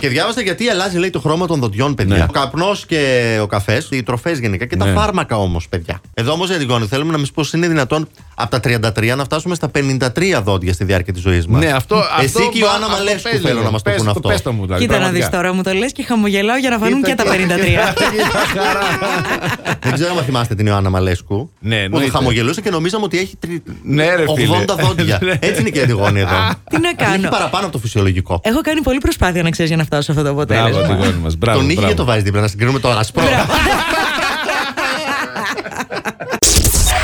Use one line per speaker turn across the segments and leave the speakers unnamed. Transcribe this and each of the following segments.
Και διάβασα γιατί αλλάζει λέει το χρώμα των δοντιών, παιδιά.
Ναι.
Ο καπνός και ο καφές, οι τροφές γενικά και τα
Ναι.
φάρμακα όμως, παιδιά. Εδώ όμως, Ερικόνη, θέλουμε να μας πω είναι δυνατόν από τα 33 να φτάσουμε στα 53 δόντια στη διάρκεια της ζωής μας.
Ναι, αυτό.
Εσύ
αυτό-
και η Ιωάννα
αυτό
Μαλέσκου
πες,
θέλω να μας το
πες
πούν αυτό.
Πες το μου, δηλαδή.
Κοίτα να
πραγματικά.
δεις τώρα, μου το λες και χαμογελάω για να φανούν και τα 53.
Δεν ξέρω αν θυμάστε την Ιωάννα Μαλέσκου.
Ναι,
που
εννοείται.
το χαμογελούσε και νομίζαμε ότι έχει τρι-
Ναι, ρε, φίλε.
80 δόντια.
Ναι.
Έτσι είναι και η Αντιγόνη εδώ.
Τι να κάνω.
Έχει παραπάνω από το φυσιολογικό.
Ε,
Έχω κάνει πολλή προσπάθεια να ξέρεις για να φτάσω σε αυτό το
Μπράβο, ναι.
αποτέλεσμα.
Αντιγόνη μας. Μπράβο.
Τον ήγε
μπράβο.
το βάζεις δίπλα να συγκρίνουμε το ασπρό.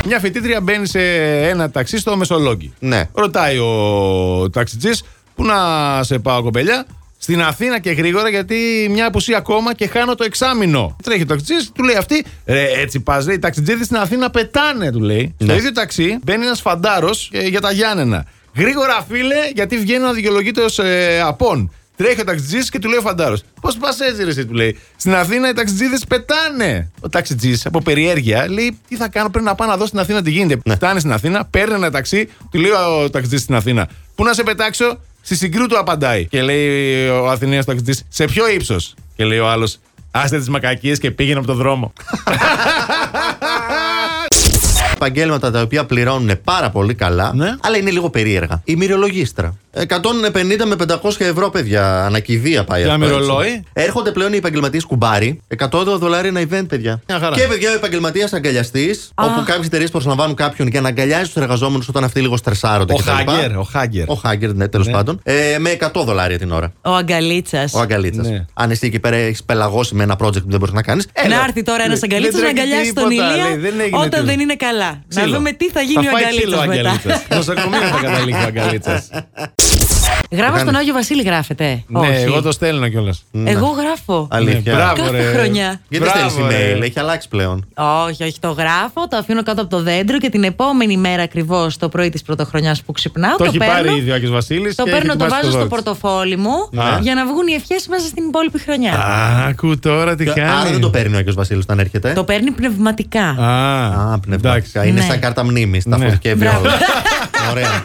Μια φοιτήτρια μπαίνει σε ένα ταξί στο Μεσολόγγι.
Ναι.
Ρωτάει ο ταξιτζής, Πού να σε πάω, κοπελιά. Στην Αθήνα και γρήγορα, γιατί μια απουσία ακόμα και χάνω το εξάμεινο. Τρέχει το ταξιτζής, του λέει αυτή. Ρε, έτσι πας, λέει. Οι ταξιτζίδες στην Αθήνα πετάνε, του λέει.
Ναι.
Στο ίδιο ταξί μπαίνει ένας φαντάρος για τα Γιάννενα. Γρήγορα, φίλε, γιατί βγαίνει ο αδικαιολογήτως ε, απόν. Τρέχει ο ταξιτζής και του λέει ο φαντάρος. Πώς πας έτσι, ρε, εσύ», του λέει. Στην Αθήνα οι ταξιτζίδες πετάνε. Ο ταξιτζής από περιέργεια λέει: Τι θα κάνω, πρέπει να πάω να δω στην Αθήνα τι γίνεται. Φτάνει στην Αθήνα, παίρνει ένα ταξί, του λέει ο ταξιτζής στην Αθήνα. Πού να σε πετάξω, στη συγκρού του απαντάει. Και λέει ο Αθηναίος ταξιτζής: Σε ποιο ύψος. Και λέει ο άλλος: Άστε τις μακακίες και πήγαινε από το δρόμο.
επαγγέλματα τα οποία πληρώνουν πάρα πολύ καλά,
Ναι.
αλλά είναι λίγο περίεργα. Η μυρολογίστρα. 150 με 500 ευρώ, παιδιά. Ανακηδεία πάει
Για
αυτό. έτσι.
μυρολόι.
Έρχονται πλέον οι επαγγελματίες κουμπάρι. 100 δολάρια ένα event, παιδιά.
Μια χαρά.
Και παιδιά, ο επαγγελματίας αγκαλιαστής, όπου κάποιες εταιρείες προσλαμβάνουν κάποιον για να αγκαλιάζει τους εργαζόμενους όταν αυτοί λίγο στρεσάρονται
Ο
κτλ.
Χάγκερ, ο Χάγκερ.
Ο Χάγκερ, ναι, τέλος
Ναι.
πάντων. Ε, με 100 δολάρια την ώρα.
Ο Αγκαλίτσας.
Ο αγκαλίτσας.
Ναι.
Αν εσύ εκεί πέρα έχεις πελαγώσει με ένα project που δεν μπορείς να κάνεις.
Να έρθει τώρα ένα
Δεν
αγκαλίτσας να
τρέχει
αγκαλιάσει τον
τίποτα, λέει,
ηλία
δεν έγινε
όταν
τίποτα.
δεν είναι καλά. Να
Ξύλο.
δούμε τι θα γίνει ο
φάει ξύλο
αγκαλίτσα μετά.
Αγκαλίτσας. Νοσοκομείο θα καταλήξει ο αγκαλίτσα.
Γράφω στον Άγιο Βασίλη, γράφεται.
Ναι, εγώ το ναι. στέλνω κιόλας.
Εγώ γράφω.
Αλήθεια.
Μπράβο,
Κάθε
ρε.
χρονιά.
Γιατί
Μπράβο,
στέλνεις
ρε.
email, έχει αλλάξει πλέον.
Όχι, όχι, το γράφω, το αφήνω κάτω από το δέντρο και την επόμενη μέρα ακριβώς το πρωί της πρωτοχρονιάς που ξυπνάω.
Το έχει
παίρνω,
πάρει ήδη ο Άγιος Βασίλης
Το
και
παίρνω,
έχει
το
ετοιμάσει
βάζω
το
στο
δώρο της.
πορτοφόλι μου
Α.
για να βγουν οι ευχές μέσα στην υπόλοιπη χρονιά.
Α, Ακού τώρα τι κάνει.
Άρα δεν το παίρνει ο Άγιος Βασίλης όταν έρχεται.
Το παίρνει πνευματικά.
Α,
Α,
εντάξει.
πνευματικά. Είναι
Ναι.
σαν κάρτα μνήμης. Τα
Ναι.
φωτικεύει
Μπράβο.
όλα. Ωραία.